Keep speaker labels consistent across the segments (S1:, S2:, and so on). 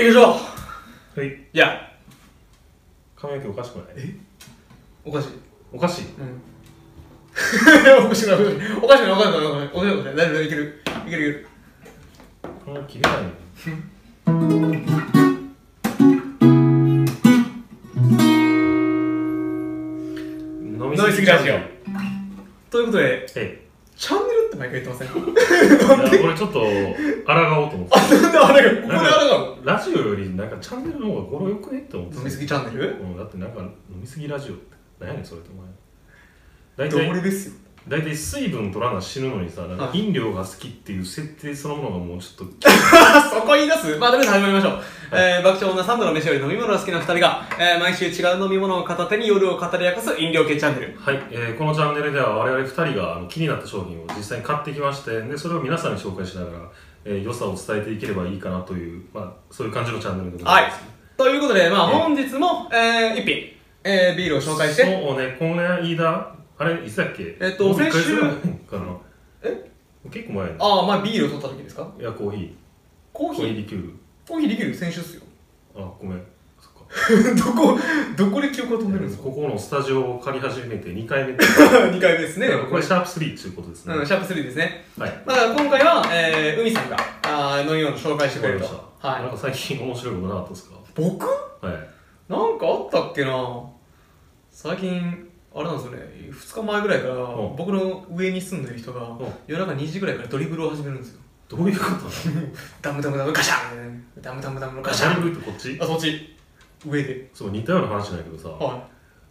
S1: よいしょ
S2: はい
S1: いや
S2: 髪の毛おかしくない
S1: おかしい
S2: おかしい
S1: うん おかしいなおかしいなおかしいなおかしいなおかしいなおかしいな大丈夫だいけるいけるいける
S2: 髪の毛切れないよ飲
S1: 飲みすぎラジオ
S2: え
S1: ということで
S2: え
S1: チャンネルって毎回言ってま せん
S2: いや俺ちょっと抗おうと思って
S1: あなんであれがここであれが
S2: ラジオよりなんかチャンネルの方が語呂よくねって思って
S1: 飲みすぎチャンネル
S2: うん、だってなんか飲みすぎラジオって何やねんそれってお前大
S1: どれ
S2: 体
S1: ですよ
S2: 大体水分取らな死ぬのにさなんか
S1: はい
S2: 飲料が好きっていう設定そのものがもうちょっと
S1: あそこ言い出すまあとりあえず始まりましょう、えー爆笑女サンドの飯より飲み物が好きな2人が、えー毎週違う飲み物を片手に夜を語り明かす飲料系チャンネル
S2: はい、えーこのチャンネルでは我々2人があの気になった商品を実際に買ってきましてでそれを皆さんに紹介しながら、えー良さを伝えていければいいかなという、まあ、そういう感じのチャンネルでございます、
S1: ということでまあ
S2: ええ
S1: 本日も、えー、一品、えービールを紹介して
S2: そうねこの間あれいつだっけ
S1: えっと
S2: もう一回
S1: 先週
S2: するかな
S1: え
S2: 結構前やね
S1: ああまあビールを取った時ですか
S2: いやコーヒー
S1: コー
S2: コ
S1: ヒ
S2: ーヒー
S1: ー
S2: リキュール
S1: コーヒーできる選手っすよ
S2: あごめんそっか
S1: どこどこで記憶が飛んでるん ですか
S2: ここのスタジオを借り始めて2回目
S1: 2回目ですね
S2: これシャープ3っていうことですね、
S1: うん、シャープ3ですね
S2: はい
S1: だから今回は、えー、海さんがあー飲み物を紹介してくれると
S2: わかりましたなん
S1: はい
S2: か最近面白いことなかったですか
S1: 僕
S2: はい
S1: なんかあったっけな最近あれなんですよね2日前ぐらいから
S2: うん
S1: 僕の上に住んでる人が
S2: うん
S1: 夜中2時ぐらいからドリブルを始めるんですよ
S2: どういうことなの
S1: ダムダムダムガシャンダムダムダムガシ
S2: シャ
S1: ャ
S2: リ
S1: ン
S2: ブってこっち
S1: あそっち上で
S2: そう似たような話なんやけどさ
S1: は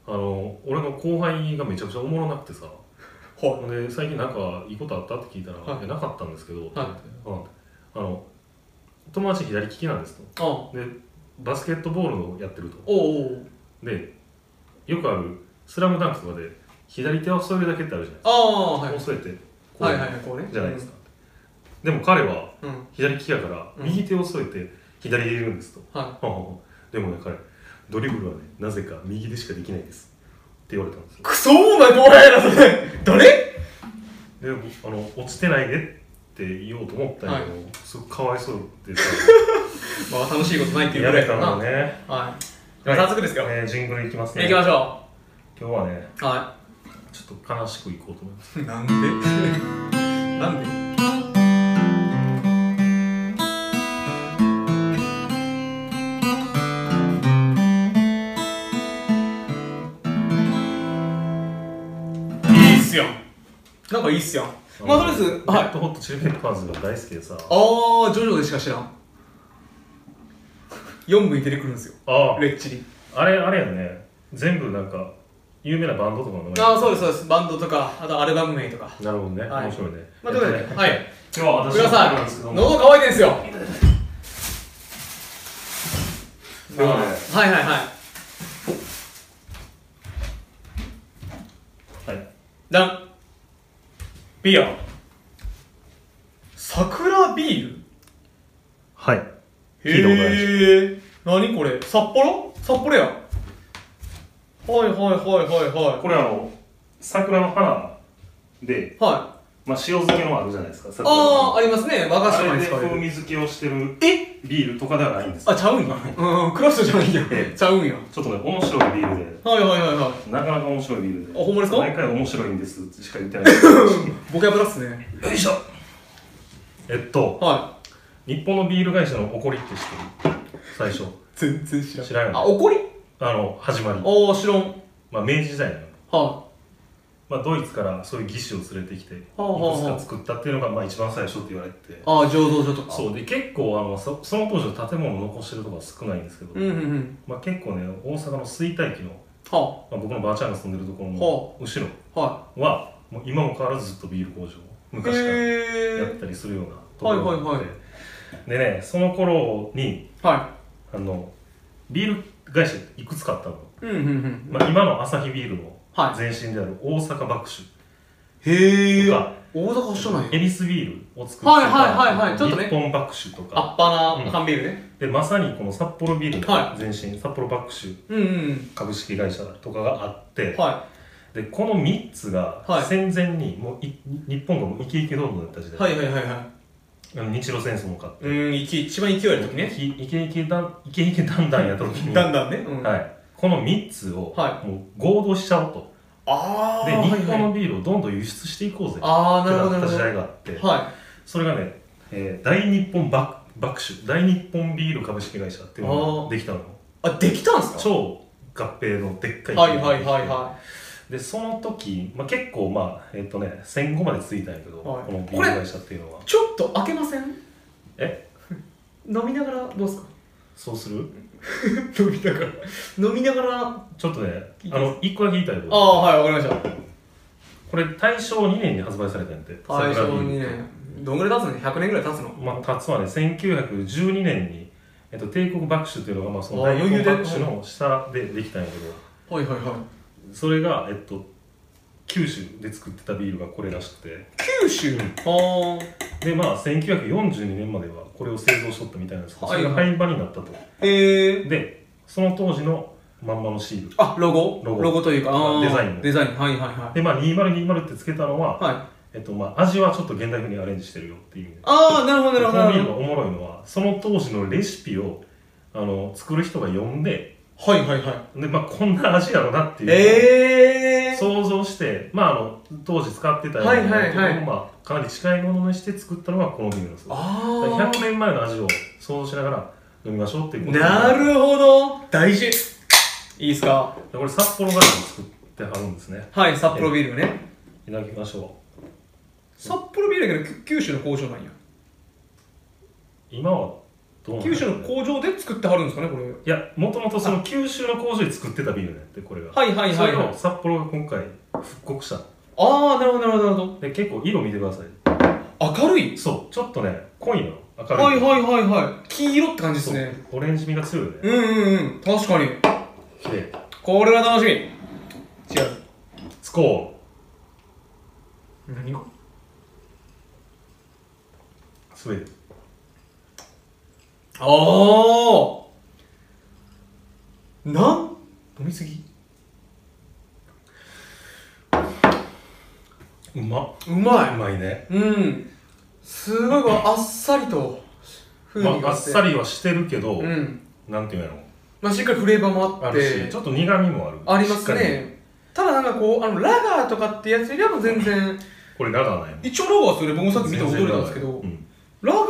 S2: あの俺の後輩がめちゃくちゃおもろなくてさ
S1: いは
S2: で最近なんかいいことあったって聞いたら、
S1: はい
S2: いやなかったんですけど、って
S1: はい
S2: 言ってうんあの友達左利きなんです
S1: いあおう
S2: とでバスケットボールをやってると
S1: おう
S2: でよくある「スラムダンクとかで左手を添えるだけってあるじゃ
S1: ああは
S2: ない
S1: い
S2: ですか、こう添えてこう、
S1: はいはいはいこうね
S2: じゃないですか、でも彼は
S1: うんうん
S2: 左利きやから
S1: うん
S2: 右手を添えて左でいるんですと、
S1: は
S2: でもね彼ドリブルはねなぜか右でしかできないですって言われたんです
S1: いクソお前どうやらそれ誰
S2: よで僕あの落ちてないでって言おうと思ったんやけど、すごくかわいそうでさ
S1: まあ楽しいことない っていう
S2: や
S1: ぐら
S2: め
S1: いか
S2: た
S1: ら
S2: の
S1: な
S2: ね
S1: はい早速ですよ
S2: えー、ジングルいきますね
S1: 行きましょ
S2: 今日はね
S1: うは
S2: ちょっと悲しくいこうと思います
S1: い なんでなんでいいっすよなんかいいっすよまあとりあえず
S2: の
S1: はい
S2: レッドホットチリペッパーズが大好きでさ
S1: あージョジョでしか知らん4部に出てくるんですよ
S2: あ
S1: レッチリ
S2: あれあれやね全部なんか有名なバンドとかの名前
S1: ああそうですそうですバンドとかあとアルバム名とか
S2: なるほどね、
S1: はい
S2: 面白いね
S1: まあということ
S2: え
S1: で
S2: っとね
S1: はい
S2: 今日は私
S1: 皆
S2: の
S1: さ
S2: なんですけど
S1: ん
S2: も
S1: 喉乾いてんすよ
S2: ではね
S1: はいはいはい
S2: はい
S1: ダンビア桜ビール
S2: はい聞いたことないでしょ
S1: へえ何これ札幌札幌やはいはいはいはいは
S2: これあの桜の花で、
S1: いはい
S2: まあ、塩漬けのあるじゃないですか桜の
S1: ああありますね和菓子と
S2: あ
S1: か
S2: れ
S1: に
S2: で
S1: 使え
S2: 風
S1: る
S2: 味付けをしてる
S1: え
S2: ビールとかではないんです
S1: あちゃうんやうんクラフトじゃないんや
S2: え
S1: ちゃうんや
S2: ちょっとね面白いビール
S1: はいはいはいはい
S2: でなかなか面白いビールで
S1: あほんまですか
S2: 毎回面白いんですしか言ってな いよ
S1: ボキャブラっすね
S2: いしょえっと
S1: は
S2: 日本のビール会社の怒りって知ってる最初
S1: い全然知らん
S2: 知らんよね
S1: あ怒り
S2: あの始まり
S1: ああ知らんはい
S2: まあ明治時代なの
S1: は
S2: まあ、ドイツからそういう義手を連れてきていく
S1: あはあ
S2: つか作ったっていうのがまあ一番最初って言われてて
S1: ああ醸造所とか
S2: そうで結構あのそその当時の建物を残してるとこは少ないんですけど、
S1: うんうんうん
S2: まあ、結構ね大阪の衰退期の、ま
S1: は
S2: あ、僕のばあちゃんが住んでるところの
S1: は
S2: 後ろ
S1: あは
S2: はもう今も変わらずずっとビール工場
S1: い
S2: 昔から
S1: へ
S2: やっ
S1: え
S2: たりするようなところがあって、
S1: はいはいは
S2: でねその頃に
S1: は
S2: あのビール会社いくつかあったの、
S1: いうんうんうん
S2: まあ、今のアサヒビールの
S1: はい
S2: 前身である大阪爆酒
S1: へ
S2: と
S1: え
S2: か、
S1: 大阪発祥なんや
S2: エビスビールを作って
S1: はいはいはいはいちょっとね
S2: 日本バック酒と
S1: ア
S2: か
S1: ッパ
S2: う
S1: ー
S2: ん
S1: な缶ビールね
S2: でまさにこの札幌ビールの
S1: は
S2: 前身、札幌バック酒
S1: うんうん
S2: 株式会社とかがあって、
S1: は
S2: でこの3つが
S1: はい
S2: 戦前にもうい日本がもうイケイケどんどんだった時代、
S1: はいはいはいは
S2: あの日露戦争も勝っ
S1: いうん一一番勢いある時ね
S2: て、イケイケだんイケイケだんだんやった時に、
S1: だんだんね、うん
S2: は
S1: あ
S2: い、この3つを
S1: は
S2: もう合同しちゃおうと、
S1: あー
S2: で日
S1: はい
S2: 本
S1: はい、
S2: のビールをどんどん輸出していこうぜって
S1: ああなるほど
S2: な
S1: なる
S2: っ
S1: ほ
S2: た時代
S1: ど
S2: があって
S1: は
S2: それがね、えー大日本バック手大日本ビール株式会社っていうのができたの
S1: いあできたんすか
S2: 超合併のでっかい
S1: はいはいはいは
S2: でその時、まあ、結構まあえっ、とね戦後までついたんやけど、
S1: はい
S2: このビール会社っていうのはい
S1: ちょっと開けません
S2: え
S1: 飲みながらどうすか
S2: そうする
S1: 飲みながら飲みながら
S2: ちょっとね
S1: いいです
S2: あの1個だけ言いたい
S1: あ
S2: こと
S1: あはいわかりまし
S2: これ大正2年に発売されたんやて
S1: た大正2
S2: 桜ビールって
S1: 年どんぐらい経つの100年ぐらい経つの
S2: まあ、たつはね1912年に、えっと、帝国幕府というのが、まあ、その
S1: あー
S2: 大
S1: 余裕
S2: 日
S1: で
S2: 本幕府の下でできたんやけど
S1: はいはいはい
S2: それが、えっと、九州で作ってたビールがこれらしくて
S1: 九州ああ
S2: でまあ1942年まではこれを製造しとったみたいなんですけど
S1: は
S2: そ
S1: い
S2: れが廃盤になったと
S1: ええ
S2: でその当時のまんまのシール
S1: あロゴ
S2: ロゴ
S1: というかあー
S2: デザイン
S1: デザインはいはいは、
S2: でまあ2020ってつけたのはい
S1: はい、
S2: えっとまあ、味はちょっと現代風にアレンジしてるよっていう意味で
S1: ああなるほどなる
S2: こ
S1: ほど
S2: の
S1: な
S2: ビ
S1: る
S2: ール
S1: ほ
S2: がおもろいのはその当時のレシピをあの作る人が呼んで
S1: どはいはいはい
S2: でまあ、こんな味やろなっていう、
S1: ええー、
S2: 想像して、まあ、あの当時使ってたような
S1: はいはいはい
S2: ものをまあ、かなり近いものにして作ったのがこのビールなんですよだから
S1: あ
S2: 100年前の味を想像しながら飲みましょうっていう
S1: あ
S2: こと
S1: な
S2: で
S1: るほど大事いいっすか
S2: これ札幌ガール作ってはるんですね
S1: はい札幌ビールね
S2: いただきましょ
S1: 札幌ビールやけどき九州の工場なんや
S2: う今はどうなん
S1: 九州の
S2: い
S1: 工場で作ってはるんですかねこれ
S2: やもともとその九州の工場で作ってたビールなんやってこれが
S1: はいはいはいはい
S2: それを札幌が今回復刻したの
S1: ああなるほどなるほどなる
S2: で結構色見てください
S1: ほど明るい
S2: そうちょっとね濃いの明るい
S1: はいはいはいはい黄色って感じですね
S2: そうオレンジ味が強いよね
S1: うんうんうん確かに
S2: 綺麗
S1: これは楽しみ違う
S2: スコ
S1: 何が
S2: ースウェーデン
S1: ああなん
S2: 飲みすぎうまっ
S1: うま
S2: うまいね、
S1: いうんすごいこのあっさりと風
S2: ま
S1: 味
S2: あ、
S1: が
S2: あ
S1: あ
S2: っ
S1: って、
S2: さりはしてるけど、
S1: うん
S2: なんていうの
S1: まあ、しっかりフレーバーもあ
S2: あ
S1: っ
S2: る
S1: て
S2: しちょっと苦みもある
S1: あります
S2: しっか
S1: ねただなんかこうあのラガーとかってやつよりはもう全然
S2: りこれラガーないもん
S1: 一応ラガーですよね僕もさっき見て驚いたんですけど、
S2: うん
S1: ラガー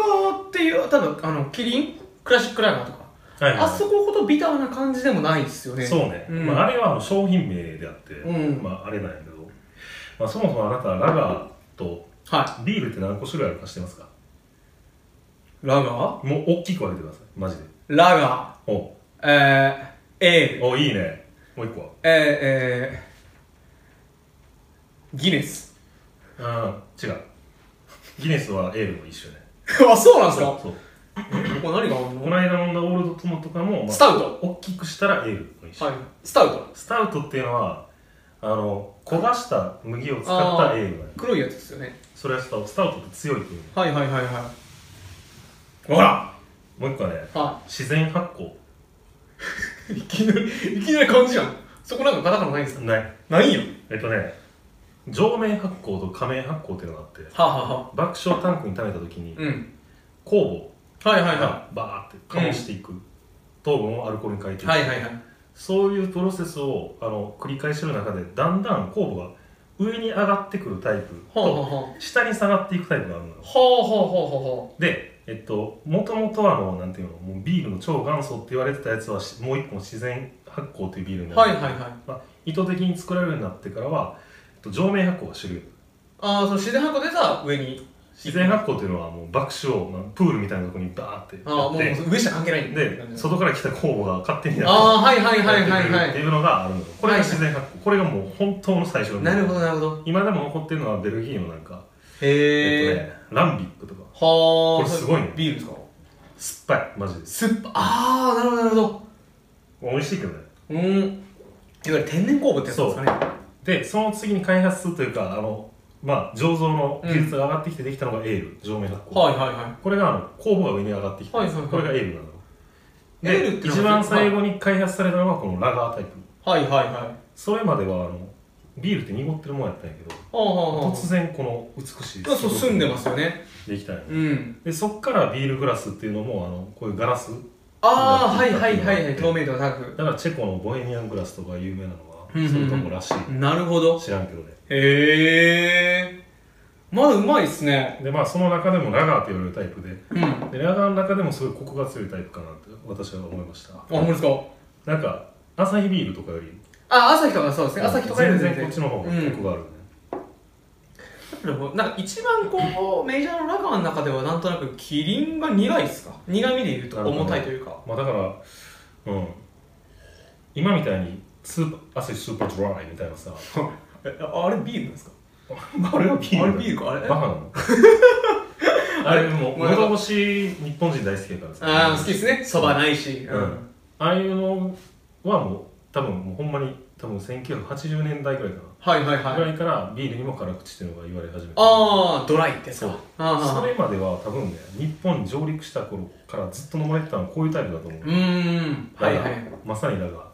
S1: っていうただあのキリンクラシックラガーとか、
S2: はいはいはい
S1: あそこほどビターな感じでもないですよね
S2: そうね、
S1: うん
S2: まあ、あれはあの商品名であって、
S1: うん
S2: まあ、あれなんやけど、まあ、そもそもあなたはラガーと
S1: は
S2: ビールって何個種類あるか知ってますか
S1: いラガー
S2: もう大きく分けてくださいマジで
S1: ラガ
S2: お
S1: ーえー、エール
S2: おいいねもう一個は
S1: えー、えー、ギネス
S2: ああ違うギネスはエールも一緒ね
S1: あそうなんですか
S2: そう
S1: これ何があんの
S2: この間飲んだオールドトマトとかも、まあ
S1: スタウト
S2: 大きくしたらエールの一種、
S1: はいスタウト
S2: スタウトっていうのはあの焦がした麦を使ったエールだね
S1: 黒いやつですよね
S2: それはスタウトスタウトって強いっていう
S1: はいはいはいはいほら
S2: もう一個はね
S1: は
S2: 自然発酵
S1: いいきなりいきなり感じやんそこなんかカタカナないんですか
S2: ない
S1: ないよ
S2: えっとね上面発酵と下面発酵っていうのがあって
S1: はあ、はあはあ、
S2: 爆笑タンクに溜めた時に
S1: うん
S2: 酵
S1: はいは
S2: 母
S1: いは
S2: がバーって醸していく、糖分をアルコールに変えて
S1: い
S2: いく、
S1: はいはいはい
S2: そういうプロセスをあの繰り返してる中でだんだん酵母が上に上がってくるタイプ
S1: ほうほう
S2: と
S1: ほう
S2: 下に下がっていくタイプがあるのよ
S1: ほうほうほうほうほ
S2: でえっともともとあのなんていうのもうビールの超元祖って言われてたやつはしもう一個の自然発酵というビールに
S1: う
S2: な
S1: は
S2: る
S1: いはいはい
S2: まあ、意図的に作られるようになってからは、えっと、上面発酵が主流
S1: ああその自然発酵でさ上に
S2: 自然発酵というのはもう爆酒を、まあ、プールみたいなところにバーって
S1: ああもう
S2: やって
S1: 上下関係ないんだ
S2: で外から来た酵母が勝手に
S1: あ
S2: や
S1: あはいはい
S2: って
S1: は
S2: や
S1: い
S2: って
S1: は
S2: く
S1: い
S2: れる
S1: は
S2: って
S1: い
S2: いうのがあるのよこれが自然発酵これがもう本当の最初の
S1: なるほどなるほど
S2: 今でも残ってるのはベルギーのなんか、
S1: へえ
S2: えっとねランビックとか
S1: はあ
S2: これすごいね
S1: ビールですか
S2: 酸っぱいマジです
S1: 酸っぱああなるほどなるほど
S2: 美味しいけどね
S1: うんいわゆる天然酵母ってやつですかね
S2: でその次に開発するというかあの、まあ、醸造の技術が上がってきてできたのがエール、上面発酵、
S1: はいはいはい
S2: これがあの酵母が上に上がってきて、
S1: はいはいはい
S2: これがエールなの
S1: エールって
S2: で
S1: いう
S2: 一
S1: のは
S2: 番最後に開発されたのがこのラガータイプ
S1: はいはいはい
S2: それまではあのビールって濁ってるもんやったんやけど
S1: ああああ
S2: 突然この美しい
S1: そう住んでますよね
S2: できたんや
S1: うん
S2: でそっからビールグラスっていうのもあのこういうガラス
S1: ああはいはいはいはい透明度が高
S2: だからチェコのボヘミアングラスとか有名なのは
S1: うんうんうん
S2: それともらしい、
S1: くなるほど
S2: 知らんけどね
S1: へえまだうまいっすね
S2: でまあその中でもラガーと言われるタイプで
S1: うんあ
S2: でラガーの中でもすごいコクが強いタイプかなって私は思いました
S1: ほんまですか
S2: なんかアサヒビールとかより
S1: あ朝日とかそうですね朝日とかより全
S2: 全然
S1: 然
S2: こっちの方がコクがあるね、
S1: うんなんか一番こうメジャーのラガーの中ではなんとなくキリンが苦いっすか苦味でいうと重たいというか
S2: まあだからうん今みたいにスーパーアサヒスーパードライみたいなさ
S1: えああれビールなんですか
S2: あれはビールだ
S1: あれビールかあれ
S2: バカなの あれもう
S1: もうなんか
S2: 喉越し日本人大好きやからさ
S1: ああ好きですねそばないし
S2: うんああいうのはもう多分もうほんまに多分1980年代ぐらいか
S1: はいはい
S2: な、
S1: はい
S2: ぐらいからビールにも辛口っていうのが言われ始めて
S1: ああドライです
S2: そう
S1: かああ
S2: それまでは多分ね日本に上陸した頃からずっと飲まれてたのはこういうタイプだと思う、
S1: うーんはいはい
S2: まさにだがだか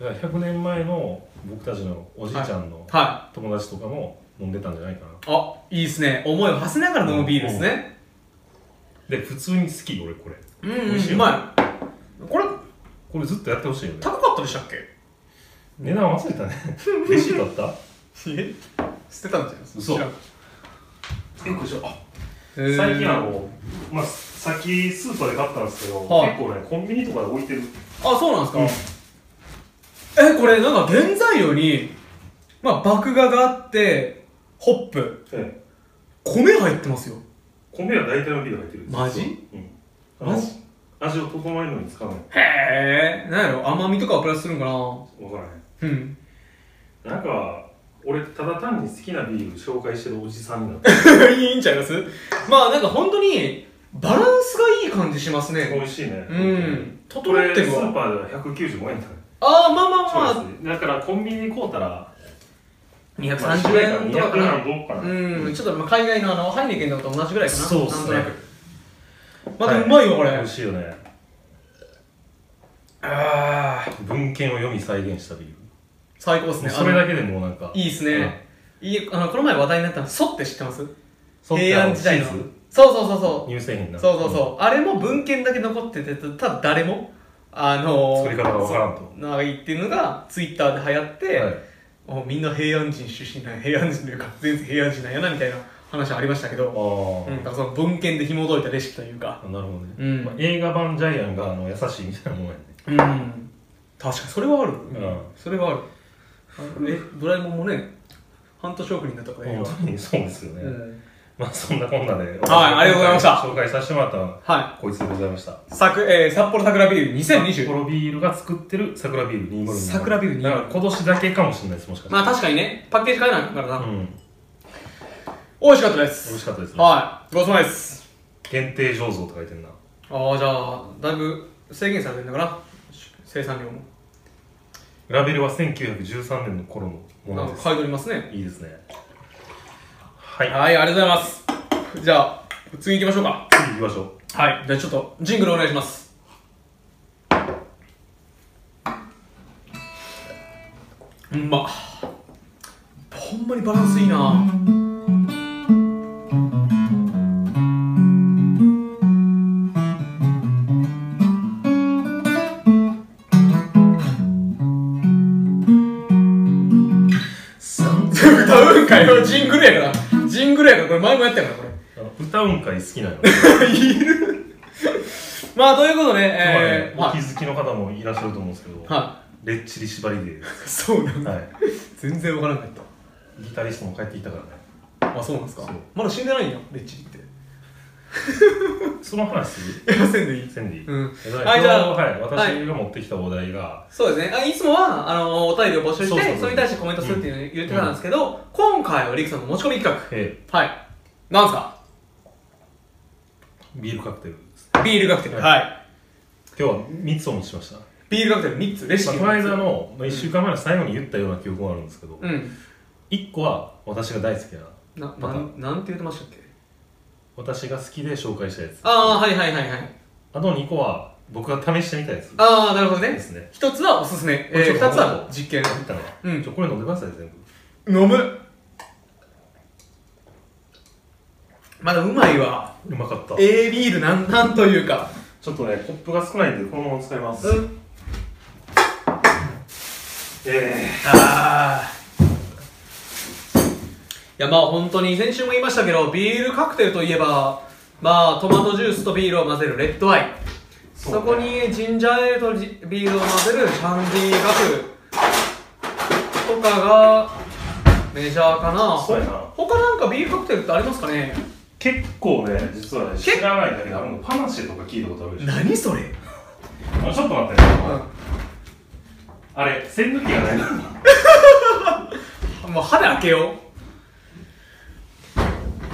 S2: ら100年前の僕たちのおじいちゃんの
S1: は
S2: 友達とかも飲んでたんじゃないかな、
S1: いあいいっすね思いを馳せながら飲むビールですね
S2: で普通に好き俺これ
S1: うん
S2: ん
S1: うんうまいこれ
S2: これずっとやってほしいよね
S1: 高かったでしたっけ
S2: 値段忘れたね レシートあっ
S1: え捨てたんじゃないですか
S2: 嘘
S1: 知らん
S2: たよいしょあ
S1: へー
S2: 最近あの、まあ、さっきスーパーで買ったんですけど、
S1: はい
S2: 結構ねコンビニとかで置いてる
S1: あそうなんですか、えこれなんか原材料にまあ麦芽があってホップ米入ってますよ
S2: 米は大体のビール入ってる
S1: マジ、
S2: うん、
S1: マジ
S2: あの味を整えるのに使うの
S1: へえんやろ甘みとかはプラスするんかな
S2: 分からへ
S1: うん
S2: んなんか俺ただ単に好きなビール紹介してるおじさんになってる
S1: いいんちゃいますまあなんか本当にバランスがいい感じしますね
S2: 美味しいね
S1: うん整
S2: これ
S1: っ
S2: ス
S1: てるわ
S2: ーパーでは195円だね
S1: ああまあまあまあ
S2: そうですだからコンビニに買うたら
S1: 230円とかかな
S2: 200円どうかな
S1: うんちょっとまあ海外のあのハイネケンとかと同じぐらいかな
S2: そうっすね
S1: なんとなくまあでもうまいよこれ、
S2: 美味しいよね
S1: ああ
S2: 文献を読み再現したビール
S1: 最高ですね
S2: それだけでもうなんか
S1: いいですね、いいあのこの前話題になったの「ソ」って知ってます
S2: うん
S1: 平安時代の
S2: ソ
S1: そ
S2: フ
S1: う
S2: ト
S1: そうそうそ
S2: 乳製品
S1: う
S2: な
S1: そうそうそう、あれも文献だけ残っててただ誰もあのー、
S2: 作り方がわからんと
S1: そうないっていうのがツイッターで流行って、
S2: はい
S1: おみんな平安人出身なんや平安人というか全然平安人なんやなみたいな話ありましたけど、
S2: あ
S1: うん、だからその文献で紐解いたレシピというか
S2: あ、なるほどね、
S1: うん
S2: まあ、映画版ジャイアンがあの優しいみたいなもんやね
S1: うん確かにそれはある、
S2: ん
S1: それはあるあのえドラえもんもね半年遅れになったから映
S2: 本
S1: 画
S2: 当にそうですよね、
S1: うん
S2: まあそんなこんなで
S1: はいありがとうございました
S2: 紹介させてもらったのは
S1: はい
S2: こいつでございました
S1: さく、えー、札幌桜ビール
S2: 札
S1: 2020
S2: 幌ビールが作ってる桜ビール202
S1: 桜ビール202
S2: だから今年だけかもしれないですもしかした
S1: ま
S2: ら
S1: あ確かにねパッケージ変えなあかんからな、
S2: うん
S1: 美味しかったで
S2: 美
S1: す
S2: 味しかったですね
S1: はいごちそうさまです
S2: 限定醸造と書いてるな
S1: ああじゃあだいぶ制限されてるのかな生産量も
S2: ラベルは1913年の頃のも
S1: なん
S2: の
S1: か
S2: です
S1: 買い取りますね
S2: いいですねはい
S1: はいありがとうございますじゃあ次行きましょうか
S2: 次行きましょう
S1: はいじゃあちょっとジングルお願いしますうんまほんまにバランスいいな歌うん かよジングルやからジングルやからこれ前もやったからこれ
S2: あの歌うん会好きなの、
S1: いる まあということで、え
S2: え
S1: ー、
S2: お
S1: は
S2: 気
S1: い、
S2: づきの方もいらっしゃると思うんですけど、
S1: は
S2: レッチリ縛り で
S1: い、そうなんだ
S2: はい
S1: 全然わからなかっ
S2: ギタリストも帰ってきたからね
S1: たあそうなんですか
S2: そう
S1: まだ死んでないんやレッチリって
S2: その話する
S1: いやせんでいい
S2: センディ
S1: うん
S2: えだから
S1: はいじゃあ
S2: はい、
S1: はい
S2: 私が持ってきたお題が、
S1: そうですねあいつもはあのお便りを募集してそ
S2: そうそうそう
S1: れに対してコメントするっていうのを言ってたんですけど、今回はリクさんの持ち込み企
S2: え
S1: 画はいなんですか
S2: ービールカクテルです
S1: ビールカクテル
S2: はい今日は3つお持ちしました、ま
S1: ビールカクテル3つレシ
S2: あ、
S1: ピ
S2: この間の、まあ、1週間前の最後に言ったような記憶があるんですけど、
S1: うん
S2: 一1個は私が大好きな
S1: な
S2: ま
S1: な
S2: た
S1: んなんて言ってましたっけ
S2: 私が好きで紹介したやつ
S1: ああはいはいはいはい
S2: あと2個は僕が試してみたやつ
S1: ああなるほど
S2: で
S1: ね
S2: すね
S1: 一つはおすすめ、
S2: これち
S1: えー、
S2: ょっ
S1: 2つ
S2: と
S1: は実験
S2: 言ったのは
S1: うん
S2: ちょこれ飲んでください全部
S1: 飲むまだうまいわ
S2: うまかった
S1: A ビールなんなんというか
S2: ちょっとねコップが少ないんでこのまま使います、
S1: うん
S2: え
S1: ああいやまあ本当に先週も言いましたけどビールカクテルといえばまあトマトジュースとビールを混ぜるレッドワインそ,、
S2: そう
S1: こ
S2: ね
S1: にジンジャーエールとジビールを混ぜるシャンディガフとかがメジャーかな
S2: ー、そうやな
S1: 他なんかビールカクテルってありますかね
S2: 結構ね実はね
S1: け
S2: 知らないんだけどあのパナシェとか聞いたことあるでしょ
S1: 何それ
S2: あちょっと待ってね
S1: う
S2: あれ栓抜きがないの
S1: んもう肌開けよう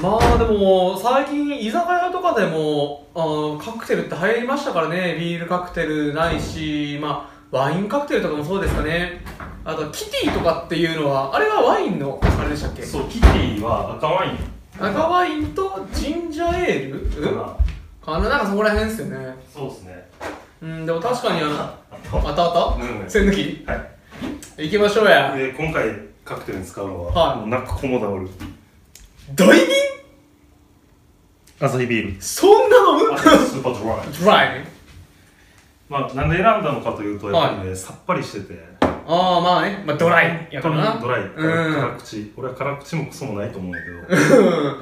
S1: まあでも最近居酒屋とかでもあのカクテルって流行りましたからねビールカクテルないしまあワインカクテルとかもそうですかねあとキティとかっていうのはあれはワインのあれでしたっけ
S2: そうキティは赤ワイン
S1: 赤ワインとジンジャーエール
S2: か
S1: うんか
S2: な
S1: ななんかそこら辺ですよね
S2: そうですね
S1: うんでも確かにあのあ
S2: と
S1: ったあっ
S2: うん
S1: た栓抜き
S2: はい
S1: 行きましょうや
S2: で今回カクテルに使うの
S1: は
S2: はナックコモダオル
S1: 大瓶
S2: アサヒビール
S1: そんなの
S2: あとスーパードライ
S1: ドライ
S2: まあなんで選んだのかというとやっぱりねさっぱりしてて
S1: ああまあね、まあ、ドライやからな
S2: ドライ
S1: うん
S2: 辛口俺は辛口もクソもないと思うんだけど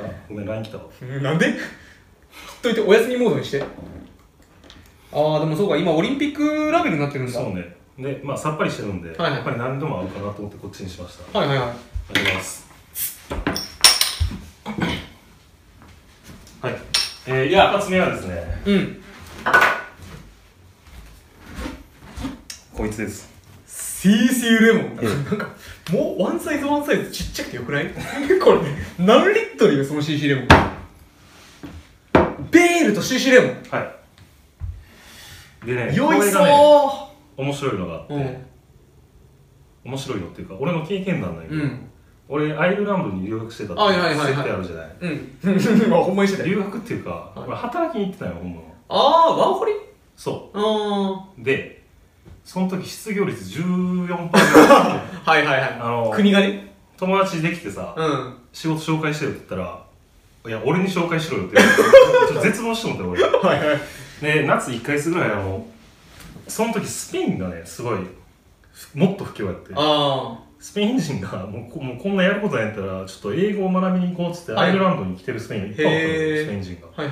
S2: あごめん LINE 来たわ
S1: うんなんでほっといてお休みモードにしてああでもそうか今オリンピックラベルになってるんだ
S2: そうねでまあさっぱりしてるんで
S1: はい
S2: やっぱり何でも合うかなと思ってこっちにしました
S1: はいはいはい
S2: あります。はい。えー、いや、二つ目はですね、
S1: うん
S2: こいつです。
S1: CC レモンなんかもうワンサイズワンサイズちっちゃくてよくない これ何リットルよその CC レモンベールと CC レモン
S2: はい。でね、
S1: よい
S2: これ
S1: そ
S2: が
S1: ー、
S2: ね、面白いのがあって、
S1: うん
S2: 面白いのっていうか、俺の経験談なんだけど、
S1: うん
S2: 俺、アイルランドに留学してたって
S1: はいはいはいはい
S2: 設定あるじゃない。
S1: うん まあほんまにしてたよ
S2: 留学っていうか、
S1: い
S2: 俺、働きに行ってたよ、ほんまは
S1: ああワンホリ
S2: そ
S1: あ
S2: う。で、その時失業率14%ぐらいで
S1: あはいはいはい
S2: あの
S1: 国がね
S2: 友達できてさ、
S1: うん
S2: 仕事紹介してよって言ったら、いや、俺に紹介しろよって言わ れて、ちょっと絶望してもって、俺。
S1: はいはい
S2: で夏1ヶ月ぐらいあのその時スペインがねすごいもっと不況やって
S1: あ
S2: スペイン人がもうこもうこんなやることないんやったらちょっと英語を学びに行こうっつって
S1: はい
S2: アイルランドに来てるスペインがいっぱいおったの
S1: へー
S2: よスペイン人が
S1: あはい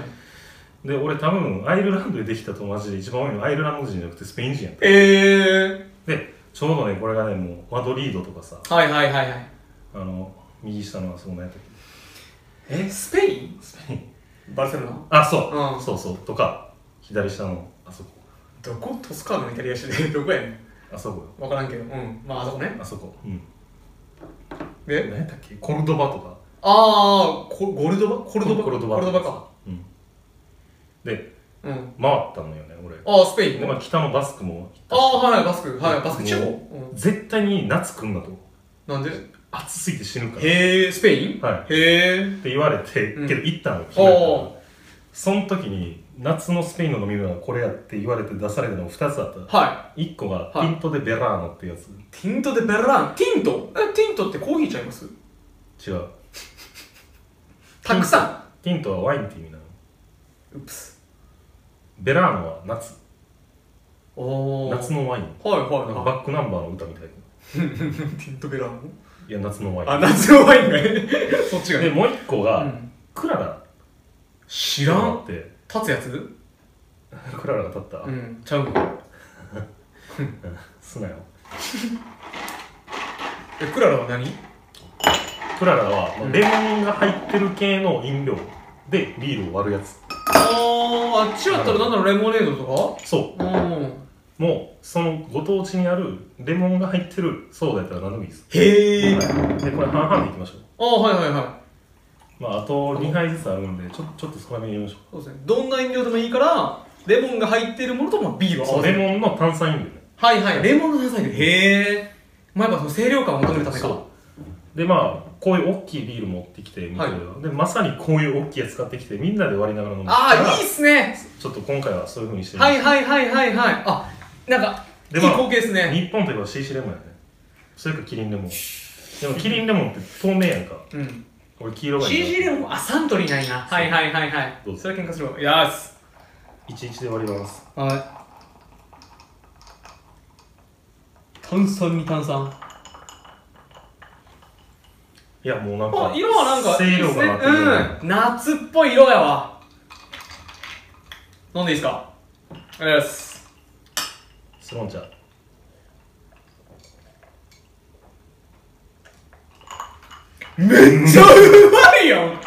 S2: で俺多分アイルランドでできた友達で一番多いのはアイルランド人じゃなくてスペイン人やった
S1: え
S2: でちょうどねこれがねもうマドリードとかさ
S1: ー、はいはいはいはい
S2: あの右下のあそこのやつ
S1: えスペイン
S2: スペイン
S1: バルセロナ
S2: あそう、
S1: うん
S2: そうそうとか左下のあそこ
S1: どこトスカーナのイタリア市で どこやねん
S2: あそこよ
S1: 分からんけどうんまああそこね
S2: あそこうん
S1: で
S2: 何やったっけコルドバとか
S1: ああコゴルドバコルドバ
S2: コルドバ
S1: コルドバか
S2: うん、で
S1: うん
S2: 回ったのよね俺
S1: ああスペイン
S2: で、まあ、北のバスクも
S1: ああはいはいバスクはいバスク地方、う、
S2: もうん絶対に夏来んなと
S1: なんで
S2: 暑すぎて死ぬから
S1: へえスペイン、
S2: はい
S1: へえ
S2: って言われて、
S1: うん
S2: けど行ったのよ
S1: ほう
S2: 昼からその時に夏のスペインの飲み物がこれやって言われて出されたのが2つあった
S1: は
S2: 1個が
S1: はい
S2: ピント・でベラーノっていうや
S1: い
S2: つ、
S1: ティントでベランティントえティントってコーヒーちゃいます
S2: 違う
S1: たくさ
S2: ティントはワインって意味なの
S1: んうっす
S2: ベラーノは夏
S1: おおはい
S2: 夏のワイン
S1: はい
S2: なんか
S1: は
S2: バックナンバーの歌みたいない
S1: ティントベラン
S2: や夏のワイ
S1: あ、夏のワインがね。そっち
S2: ン
S1: が
S2: で
S1: ね。
S2: もう1個
S1: う
S2: が
S1: ん
S2: クララ
S1: 知らん。
S2: って
S1: 立つやつ
S2: クララが立った、
S1: うん。ちゃうの。
S2: すなよ
S1: え、クララは何
S2: クララは、ま
S1: う
S2: あ
S1: ん
S2: レモンが入ってる系の飲料でビールを割るやつ
S1: あー、あっちやったらなんだろう、レモネードと
S2: そ
S1: かうん。
S2: うもうそのご当地にあるレモンが入ってるソーダやったら何でもいいです
S1: へえ。
S2: はいでこれ半々でいきましょう
S1: あー、はいはいはい。
S2: まああと2杯ずつあるんでちょちょっと少なめに入れましょ
S1: そうですね。どんな飲料でもいいから、レモンが入ってるものとまあビール
S2: う
S1: を合
S2: そう
S1: わせ
S2: レ
S1: る。
S2: モンの炭酸飲料ね
S1: はいはい。レモンの野菜で。へえ。まあやっぱその清涼感を求めるためか
S2: そ。うでまあこういう大きいビール持ってきてみたいな、でまさにこういう大きいやつ買ってきてみんなで割りながら飲む
S1: あー、いいっすね。
S2: ちょっと今回はそういうふうにしてみま
S1: は
S2: す
S1: いはいはいはいはい。あ、なんか、いい
S2: でも
S1: 光景ですね。
S2: 日本といえば CC レモンやねそれかキリンレモンでもキリンレモンって透明やんか
S1: うん
S2: 俺黄色がいい
S1: CG レモンあサントリーないなはいはいはいはい
S2: どうぞ
S1: それは喧嘩するわやーす
S2: 11で割ります
S1: はい炭酸に炭酸
S2: いやもうなんか
S1: あ色はなんか
S2: 清
S1: いいで
S2: 涼
S1: すね
S2: 感があって
S1: うん夏っぽい色やわ飲んでいいですかありがとうございます
S2: スロン茶
S1: めっちゃうまいやんうまっ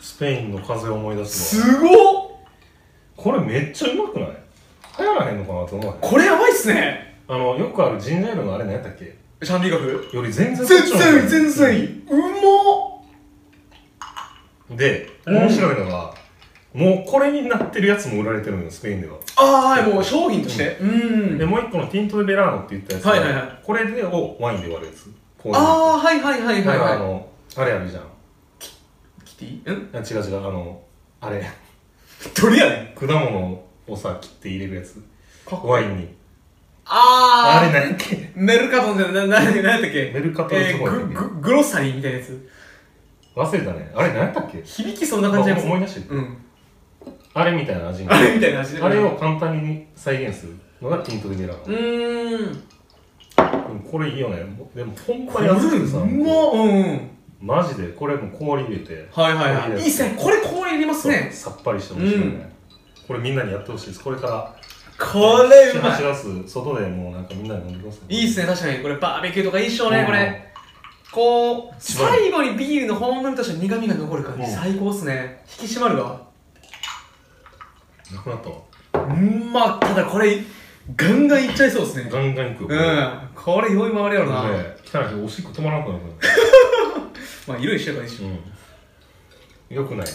S2: スペインの風を思い出すわ
S1: すごっ
S2: これめっちゃうまくない流行らへんのかなと思う
S1: これやばいっすね
S2: あのよくあるジンジャーエールのあれ何やったっけ
S1: シャンディガフ
S2: より全然こっ
S1: 全
S2: ちの方が
S1: 然全然いいうまっ
S2: で
S1: うん
S2: 面白いのが、もうこれになってるやつも売られてるのよスペインでは、
S1: ああはいもう商品としてうん
S2: でもう一個のティント・ベラーノって言ったやつが
S1: はいはいはい
S2: これでをワインで割るやつこういう
S1: ああはいはいはい
S2: な
S1: はい
S2: んかあ
S1: は
S2: のあれあるじゃん
S1: いキティん
S2: あ違う違うあのあれ
S1: 鳥やねん
S2: 果物をさ切って入れるやつ
S1: かっこ
S2: ワインにあ
S1: あ
S2: れ
S1: あ
S2: 何やっ け
S1: メルカトンじゃなな何やったっけ
S2: メルカトル
S1: え
S2: チョコやったっ
S1: ー
S2: け、
S1: グググロッサリーみたいなやつ
S2: 忘れたねあれ何やったっけ
S1: 響きそんな感じで
S2: あ
S1: す
S2: 思い出して
S1: う
S2: る
S1: ん
S2: あれみたいな味に
S1: あれみたいな味で
S2: あれを簡単に再現するのがティント・ベラー
S1: う
S2: ノ、
S1: ーん
S2: うん、これいいよねでもほん
S1: こ
S2: まに
S1: れう
S2: 熱くてさ
S1: まっうん
S2: マジでこれも氷入れて
S1: はいはいはいい
S2: いいね
S1: いっすねこれ氷入れますね
S2: さっぱりしてほしいよね、これみんなにやってほしいですこれから
S1: これうまい
S2: 8月外でもうなんかみんなで飲んでください
S1: いいっす
S2: ね
S1: ね確かにこれバーベキューとかいいっしょうねこれこう
S2: すごい
S1: 最後にビールのほんのりとした苦みが残る感
S2: う
S1: じ
S2: ん
S1: 最高っすね引き締まるわ
S2: なくなったわ
S1: うんまただこれガンガンいっちゃいそうっすね
S2: ガンガンいくよ
S1: う
S2: こ
S1: んこれ
S2: れ
S1: 酔い回るやろな
S2: これ来たらおしっこ止まらなくなるか
S1: まあ色一緒やから一緒
S2: らうんよくないな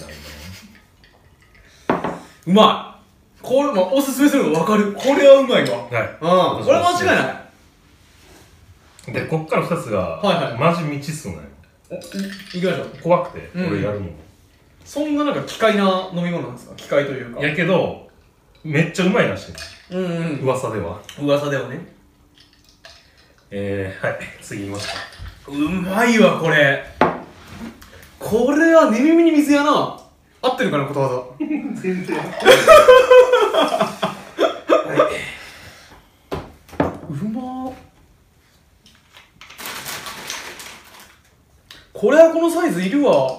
S1: うまいこれ、まあ、おすすめするの分かるこれはうまいわ
S2: 今は
S1: うんこれは間違いない
S2: いでこっから2つが、
S1: はい
S2: マジ未知数なんよ
S1: おいいきましょう
S2: 怖くて
S1: うん
S2: 俺やるのも、
S1: そんななんか機械な飲み物なんですか機械というか
S2: やけどめっちゃうまいらしい
S1: うんうん
S2: 噂では
S1: 噂ではね
S2: えー、はい次言いました
S1: うまいわこれこれは寝耳に水やな合ってるかなことわざ
S2: 全然
S1: うまーこれはこのサイズいるわ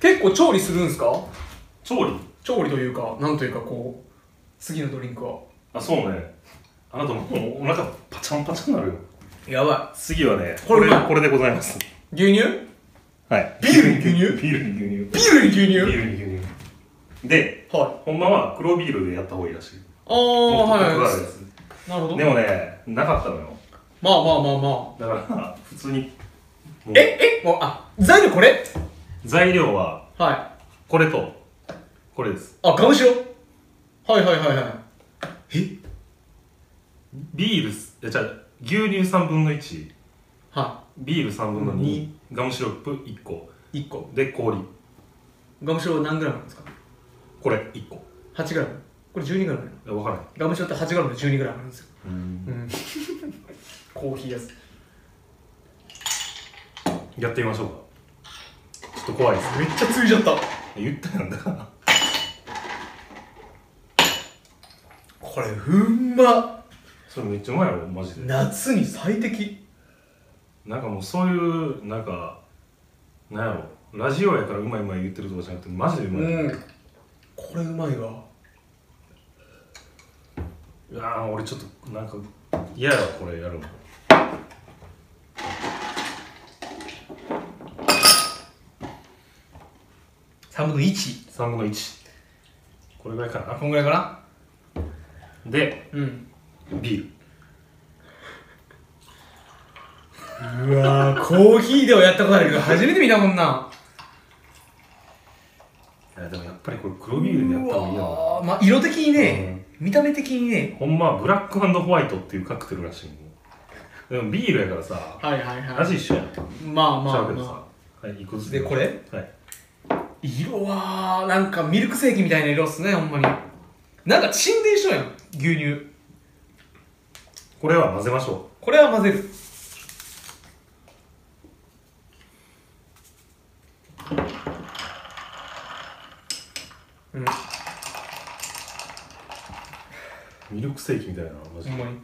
S1: 結構調理するんですか
S2: 調理
S1: 調理というかなんというかこう次のドリンクは
S2: あそうねあなたもうお腹パチャンパチャンなるよ
S1: やば
S2: 次はね
S1: これうまい
S2: これでございます
S1: い牛乳
S2: はい
S1: ビールに牛乳
S2: ビールに牛
S1: ビ
S2: 乳
S1: ールに牛乳
S2: ビールに牛乳で
S1: はい
S2: ほんまは黒ビールでやった方がいいらしい
S1: ああ
S2: もっとコクがあ
S1: は
S2: るやつ
S1: いなるほど
S2: でもねなかったのよ
S1: まあまあまあまあ
S2: だから普通にもう
S1: ええもうあ材料これ
S2: 材料は
S1: はい
S2: これとこれです
S1: あガムシロはいはいはいはい
S2: ビールすえじゃ牛乳3分の1
S1: は
S2: ビール3分の2ガムシロップ1個
S1: い1個
S2: で氷
S1: ガムシロ何グラムなんですか
S2: これ1個
S1: 8グラムこれ12グラムや
S2: 分からない
S1: ガムシロって8グラムで12グラムなんですよ
S2: うん
S1: うんコーヒーやつ
S2: やってみましょうかちょっと怖いです
S1: めっちゃついちゃった
S2: 言ったやんだから
S1: これうんま
S2: それめっちゃうまいやろマジで
S1: 夏に最適
S2: なんかもうそういうなんかなんやろラジオやからうまいうまい言ってるとかじゃなくてマジでうまい、う
S1: うんこれうまいわ
S2: わー俺ちょっとなんか嫌やわこれやるの
S1: 3分の1
S2: 3分の1これぐらいかな
S1: こんぐらいかな
S2: で
S1: うん
S2: ビール
S1: うわーコーヒーではやったことあるけど初めて見たこんなん
S2: いやでもやっぱりこれ黒ビールでやった方がいいよ
S1: うわーまあ色的にね、見た目的にね
S2: なほんまはブラックホワイトっていうカクテルらしいのでもビールやからさ
S1: はいはい
S2: 味一緒やんち
S1: いまあま
S2: ゃ
S1: あ
S2: うけどさ、
S1: ま
S2: はいいくつ
S1: あでこれ
S2: はい
S1: 色はなんかミルクセーキみたいな色っすねほんまになんか沈殿しようやん牛乳
S2: これは混ぜましょ
S1: これは混ぜるうん
S2: うミルクセーキみたいなマジ
S1: ほ
S2: で
S1: んまに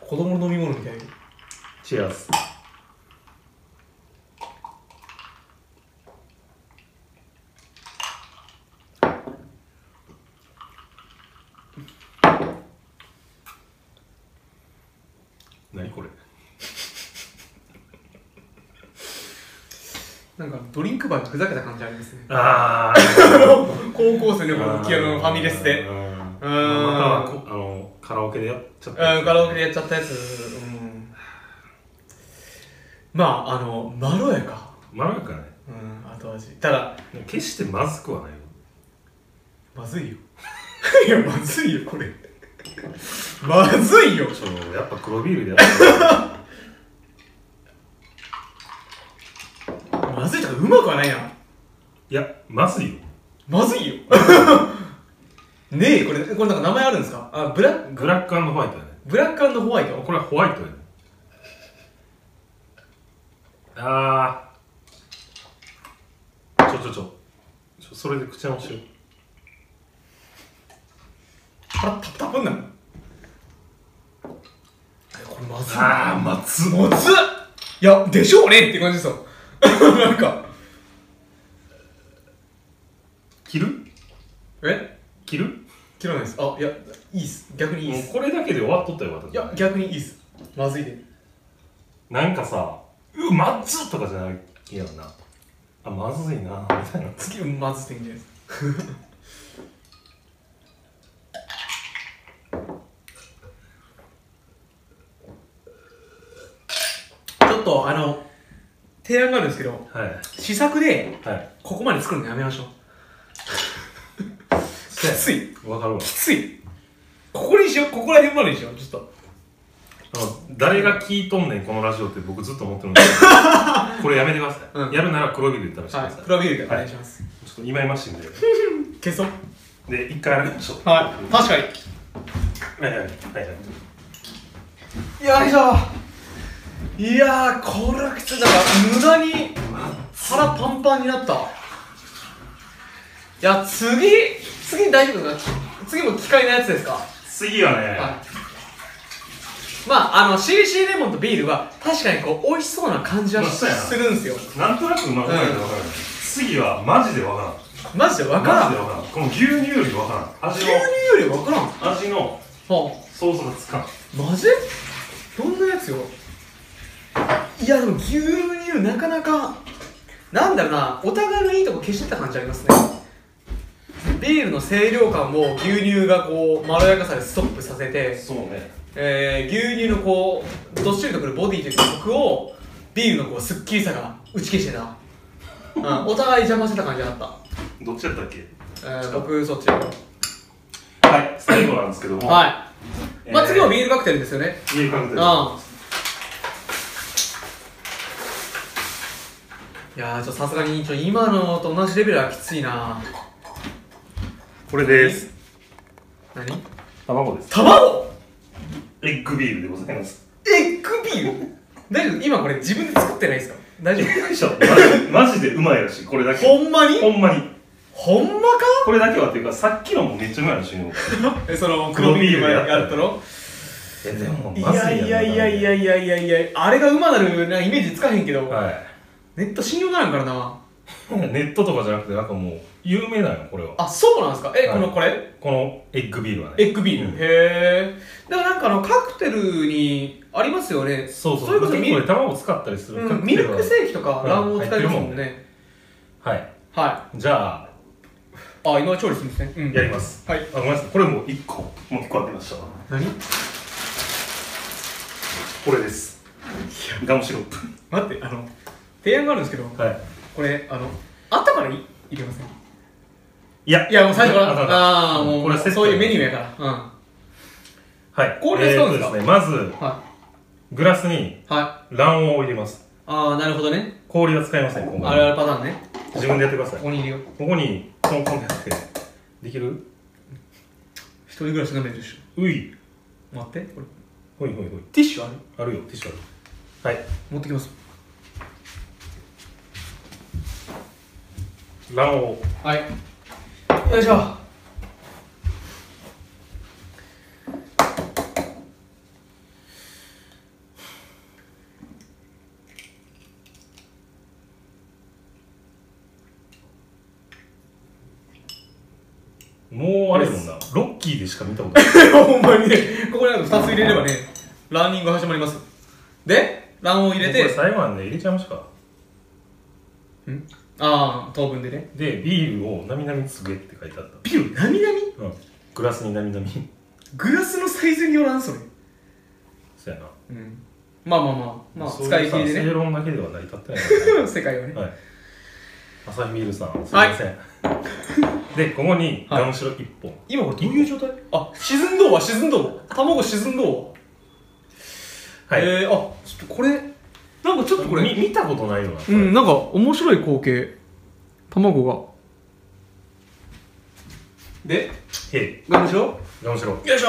S1: 子供の飲み物みたいに
S2: チェアーズ何これ
S1: なんかドリンクバーがふざけた感じありますね
S2: あ
S1: 高校生の頃
S2: あ
S1: のピアノのファミレスでう
S2: う
S1: ん
S2: んまた
S1: ん
S2: はこあのカラオケでやっちゃった
S1: カラオケでやっちゃったやつうんまああのまろやか
S2: まろやかね
S1: うん後味ただ
S2: 決してまずくはないよ
S1: まずいよ いやまずいよこれまずいよ
S2: ちょっとやっぱ黒ビールでやったら
S1: まずいとかうまくはないやん
S2: いやまずいよ
S1: まずいよ ねえこれこれなんか名前あるんですかあブラ
S2: ブラックホワイトやね
S1: ブラックホワイト
S2: これはホワイトやねあーちょちょちょちょそれで口直しよう
S1: 腹タプタプになるえこれまずい
S2: あーまず
S1: もつっいやでしょうねって感じですよ なんか
S2: 切る
S1: え
S2: 切る
S1: 切らないですあいやいいっす逆にいい
S2: も
S1: っ
S2: う
S1: す
S2: これだけで終わっとったよ私
S1: いや逆にいいっすまずいで
S2: なんかさうまっつとかじゃないやろなあまずいなみたいな
S1: 次まずいっていいんじゃないです かちょっとあの提案があるんですけど
S2: はい
S1: 試作で
S2: はい
S1: ここまで作るのやめましょうきつい
S2: わかるわ
S1: きついここにしようここら辺までにしようちょっと
S2: あの誰が聞いとんねんこのラジオって僕ずっと思ってるん ですけどこれやめてください、
S1: うん
S2: やるなら黒ビールで試してくだ
S1: はい
S2: さい、、
S1: プロビュールでお願いします。
S2: ちょっと忌々しいんで
S1: 消そう。
S2: で一回やりましょう
S1: はい、確かに。
S2: はいはいはいはい
S1: よいしょ。いやー、これはきついだから、無駄に腹パンパンになった。いや、次、次大丈夫ですか次も機械のやつですか、
S2: 次はね、
S1: はい、まあ、あの、CC レモンとビールは、確かにこう、美味しそうな感じは
S2: まあ
S1: し
S2: そうやな
S1: するんですよ。
S2: なんとなくうまくないと分からない、次はマジで分か
S1: マジでわ
S2: らん
S1: から
S2: マ
S1: ん
S2: ジで。分からんこの牛乳より分からん
S1: 牛
S2: 味
S1: 乳よりわからん。
S2: の味の
S1: はあ
S2: 想像がつかん
S1: マジどんなやつよいやでも牛乳なかなかなんだろうなお互いのいいとこ消してた感じありますねビールの清涼感を牛乳がこうまろやかさでストップさせて、
S2: そうね
S1: えー、牛乳のこうどっしりとくるボディというかコクをビールのこうすっきりさが打ち消してた、うん、お互い邪魔してた感じあった、
S2: どっちやったっけ
S1: えー、僕そっちは
S2: はい最後なんですけども
S1: い、まあ、次もビールカクテルですよね、
S2: 家カクテル
S1: いやーちょっとさすがにちょ今のと同じレベルはきついな
S2: これです
S1: 何
S2: 卵です
S1: 卵
S2: エッグビールでございます
S1: エッグビール大丈夫今これ自分で作ってないですか大丈
S2: よいしょマジマジでうまいらしいこれだ
S1: 夫
S2: け
S1: ほんまに
S2: ほんまに
S1: ほんま
S2: これだけはっていうかさっきのもめっちゃうまいらしいの
S1: かえその黒ビールがやったろ
S2: えでも
S1: いやいやいやいやいやいやいやあれが馬なるなイメージつかへんけど、
S2: はい
S1: ネット信用ならんからな
S2: ネットとかじゃなくてなんかもう有名なのこれは
S1: あそうなんですかえ、
S2: はい
S1: このこれ
S2: このエッグビールはね
S1: エッグビール、
S2: うん
S1: へえだからなんかあのカクテルにありますよね
S2: そうそう
S1: それこそミ
S2: 結構
S1: ル,、
S2: ね卵使ったりする、
S1: う
S2: カ
S1: ん、
S2: ク
S1: ミ
S2: テル
S1: ル
S2: は
S1: クセーキとか
S2: うん
S1: 卵黄使いますもんね、
S2: はい
S1: は
S2: じゃあ
S1: いあ今調理するんですね、うん、
S2: やります
S1: はい
S2: あごめんなさいこれもう1個もう1個開けました
S1: 何
S2: これですガムシロッ
S1: 待ってあの提案があるんですけど
S2: プはい
S1: これあのあったからいいけません
S2: いや
S1: いやもう最初から
S2: あ
S1: ああーもう
S2: これセット
S1: そういうメニューやからうん
S2: はい
S1: これ使うんですか
S2: えーとねまず
S1: は
S2: グラスに
S1: いはい
S2: 卵黄を入れます
S1: ああなるほどね
S2: 氷は使いません今
S1: あるあ
S2: 回
S1: るパターンね
S2: 自分でやってください
S1: ここにいるよ
S2: ここにコンコンってやってできる
S1: 人暮らし舐めるでし
S2: うい
S1: ょ待ってこれ
S2: ほいほいほい
S1: ティッシュある
S2: あるよティッシュあるはい
S1: 持ってきます
S2: 卵
S1: はいよいしょ
S2: 黄もうあれやもんなロッキーでしか見たことない
S1: ほんまにねここにあと2つ入れればねランニング始まりますで卵黄入れ
S2: これ
S1: て
S2: 最後なんで入れちゃいましょうか
S1: んああ当分でね
S2: でビールをなみなみつぐえって書いてあっ
S1: ビールなみなみ
S2: たうんグラスになみなみ
S1: グラスのサイズによらんそれ
S2: そうやな
S1: うんまあまあまあまあ
S2: そういう
S1: 使い切り
S2: さ
S1: で
S2: 正
S1: ね
S2: 論だけでは成り立ってない か
S1: 世界はね
S2: らはい朝日ビールさんすいません、でここに
S1: はい
S2: ガムシロ1本、
S1: 今これどういう状態あ沈んどうわ沈んどうわ卵沈んどうわ
S2: はい、
S1: えー、あちょっとこれなんかちょっとこれ
S2: み見たことないよな、こ
S1: う
S2: れ
S1: んなんか面白い光景卵がで
S2: へい
S1: ガムシロ
S2: ガムシロ
S1: よいしょ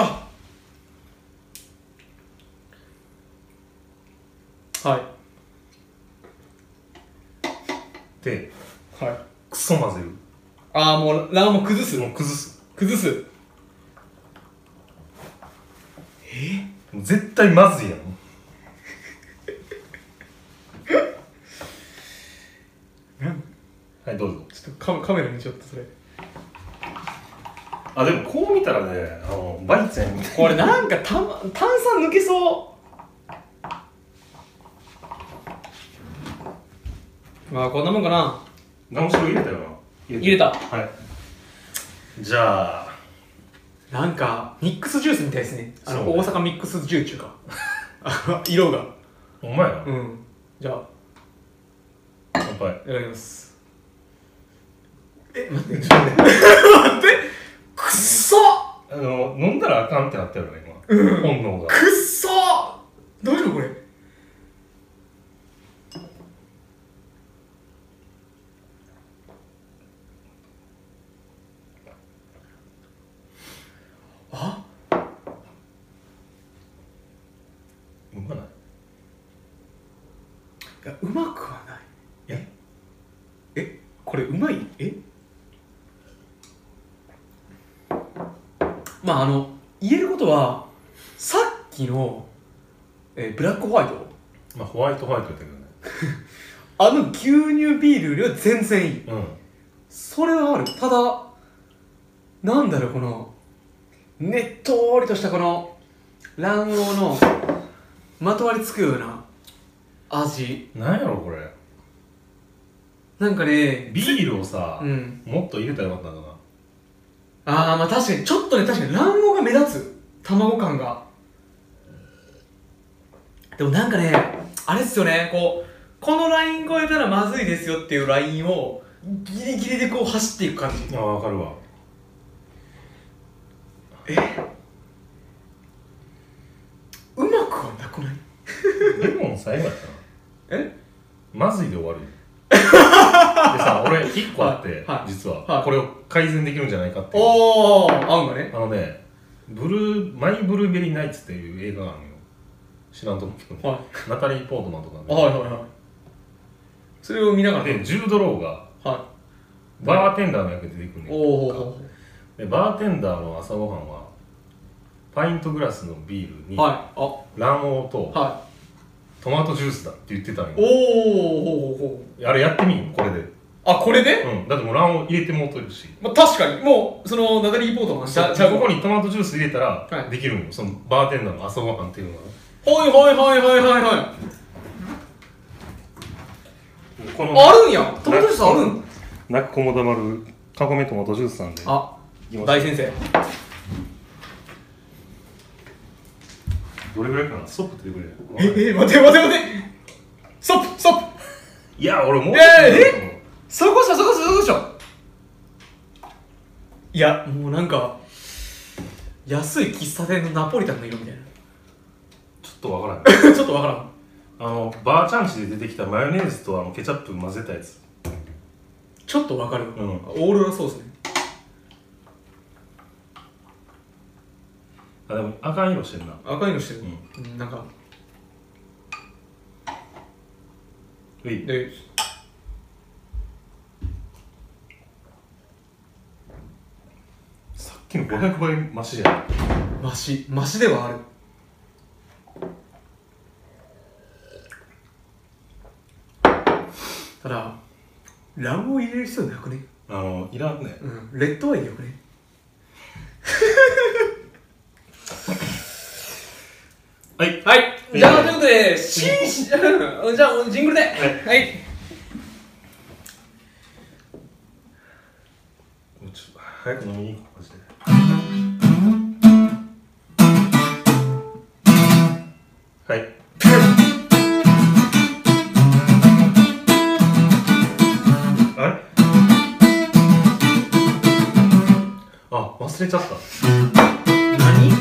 S1: は
S2: で
S1: いはい
S2: クソ混ぜ
S1: ああもうラーも崩
S2: る
S1: す
S2: もう崩す
S1: 崩す
S2: もう絶対まずいやん
S1: なん
S2: はいどうぞ
S1: ちょっとカカメラにちょっとそれ
S2: あでもこう見たらねあのバイチェンみたい
S1: これなんか炭炭酸抜けそうまあこんなもんかな
S2: ガムシロ入れたよな
S1: 入れた
S2: はいじゃあ
S1: なんかミックスジュースみたいですねあの
S2: そうね
S1: 大阪ミックスジューチューかあ 色が
S2: お前な
S1: うんじゃあ
S2: 乾杯
S1: いただきますえ待ってちょっと待って待って くっそ
S2: あの飲んだらあかんってなったよね今、本能が
S1: くっそ大丈夫これあ
S2: うまない
S1: いやうまくはない
S2: え
S1: えこれうまいえまああの言えることはさっきの、えーブラックホワイト
S2: まあホワイトホワイトやったけどね
S1: あの牛乳ビールよりは全然いい
S2: うん
S1: それはあるただなんだろうこのねっとりとしたこの卵黄のまとわりつくような味
S2: なんやろこれ
S1: なんかね
S2: ビールをさ、
S1: うん
S2: もっと入れたらよかったんだな
S1: ああまあ確かにちょっとね確かに卵黄が目立つ卵感がでもなんかねあれっすよねこうこのライン超えたらまずいですよっていうラインをギリギリでこう走っていく感じ
S2: ああわかるわ
S1: うまくはなくない
S2: レモン最後やったな
S1: え
S2: まずいで終 わるよでさ俺1個あって、
S1: はいはい
S2: 実は、
S1: はい
S2: これを改善できるんじゃないかっていう
S1: おお合うんだね
S2: あのねブルーマイ・ブルーベリー・ナイツっていう映画があるのよ知らんと思うけど、
S1: は
S2: ナタリー・ポートマンとかね
S1: いはいはいはいそれを見ながら
S2: でジュード・ローが
S1: は
S2: バーテンダーの役で出てくる
S1: い
S2: ね
S1: お
S2: なんか
S1: お
S2: でバーテンダーの朝ごはんはパイントグラスのビールに
S1: はいあ
S2: 卵黄と
S1: は
S2: トマトジュースだって言ってたん
S1: いお
S2: よ
S1: お
S2: あれやってみんこれで
S1: あこれで、
S2: うんだってもう卵黄入れてもうとるし
S1: まあ、確かにもうそのナタリー・ポートマン
S2: じゃ
S1: じゃ
S2: あここにトマトジュース入れた
S1: は
S2: ら
S1: い
S2: できるんよそのバーテンダーの朝ごはんっていうのは
S1: はいはいはいはいはいはい
S2: こ
S1: あるんやトマトジュースあるん
S2: 泣く子も黙るカゴメトマトジュースなんで
S1: あ
S2: 行きましょう
S1: 大先生
S2: どれぐらいかなストップってどれぐらい
S1: ええ待て待て待てストップストップ
S2: いや俺もう
S1: えーそこっしょそこっしょそこっしょいやもうなんか安い喫茶店のナポリタンの色みたい
S2: ちょっとわからん
S1: なちょっとわからん
S2: あのバーチャンチで出てきたマヨネーズとあのケチャップ混ぜたやつ
S1: ちょっとわかるわ、
S2: うん
S1: オーロラソースね
S2: あでも赤い色してるな
S1: 赤いのしてる
S2: うん、
S1: うん、なんか
S2: うい
S1: で
S2: さっきの500倍マシやん
S1: マシマシではあるただ卵黄入れる必要なくね
S2: あのいらんね
S1: うんレッドワインよくね
S2: はい
S1: はい
S2: じゃあという
S1: ことで新しじゃあジングルではい
S2: もうちょっと早く飲みに行こうマジではいあれあ忘れちゃった
S1: 何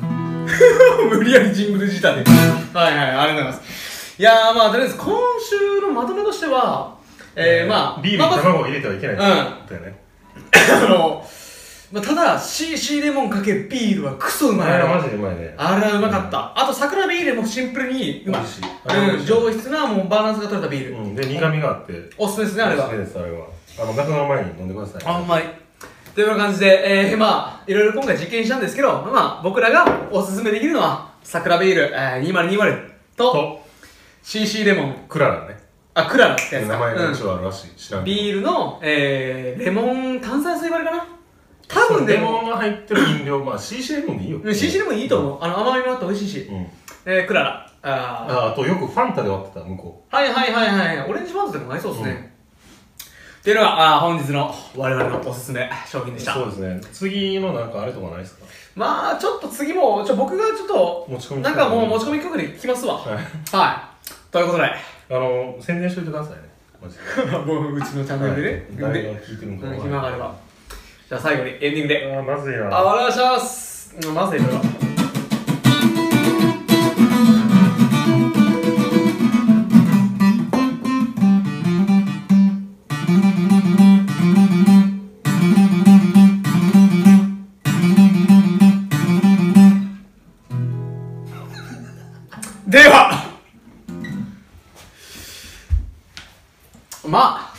S1: 無理やりジングル自体ではいはいありがとうございますいやーまあとりあえず今週のまとめとしてはえー、まあ
S2: ビールに
S1: まあま
S2: 卵を入れてはいけない
S1: うん
S2: だよね
S1: あ、あの、まあ、ただ CC レモンかけビールはクソうまい
S2: あ
S1: や
S2: れ
S1: ろ
S2: はマジでうまいね
S1: あれはうまかった、あと桜ビールもシンプルにうまい
S2: 美味しいあれは美
S1: うん、
S2: 味しい
S1: 上質なもうバランスが取れたビール、
S2: うんで苦味があって
S1: おすすめですねあれは
S2: おすすめですあれはあの学の前に飲んでください
S1: あんまり。というような感じで、えー、まあ、いろいろ今回実験したんですけど、まあ、僕らがおすすめできるのは、桜ビール、えー、2020と、
S2: と
S1: CC レモン、
S2: クララね
S1: あ、クララってやつ
S2: 名前
S1: か。
S2: が一応あるらしい、知ら
S1: うんん、
S2: けど
S1: ビールの、えー、レモン炭酸水割りかな多分で
S2: レモ
S1: も、
S2: ンが入ってる飲料まあ CC レモンでいいよ
S1: うん CC レモンいいと思う。あの、甘みもあって美味しいし。
S2: うん、
S1: えー、クララ。あ
S2: ああとよくファンタで割ってた向こ
S1: ーはいはいはいはい。オレンジバーズでもないそうですね。っていうのが、あー本日の我々のおすすめ商品
S2: う
S1: でした。
S2: そうですね次のなんかあれとかないですか
S1: まあ、ちょっと次も、ちょ僕がちょっと、
S2: 持ち込み
S1: なんかもう持ち込
S2: み
S1: み曲で聞きますわ。
S2: はい
S1: はい。ということで、
S2: あの宣伝しといてくださいねマジで
S1: もううちのチャンネルでね、
S2: はい誰
S1: で
S2: が聞いてるのか
S1: うん
S2: わ
S1: 暇があれ
S2: か
S1: ば。じゃあ最後にエンディングで。
S2: らないあーまずいな
S1: あ、お願いします。うんまずいろいろ。ではまあ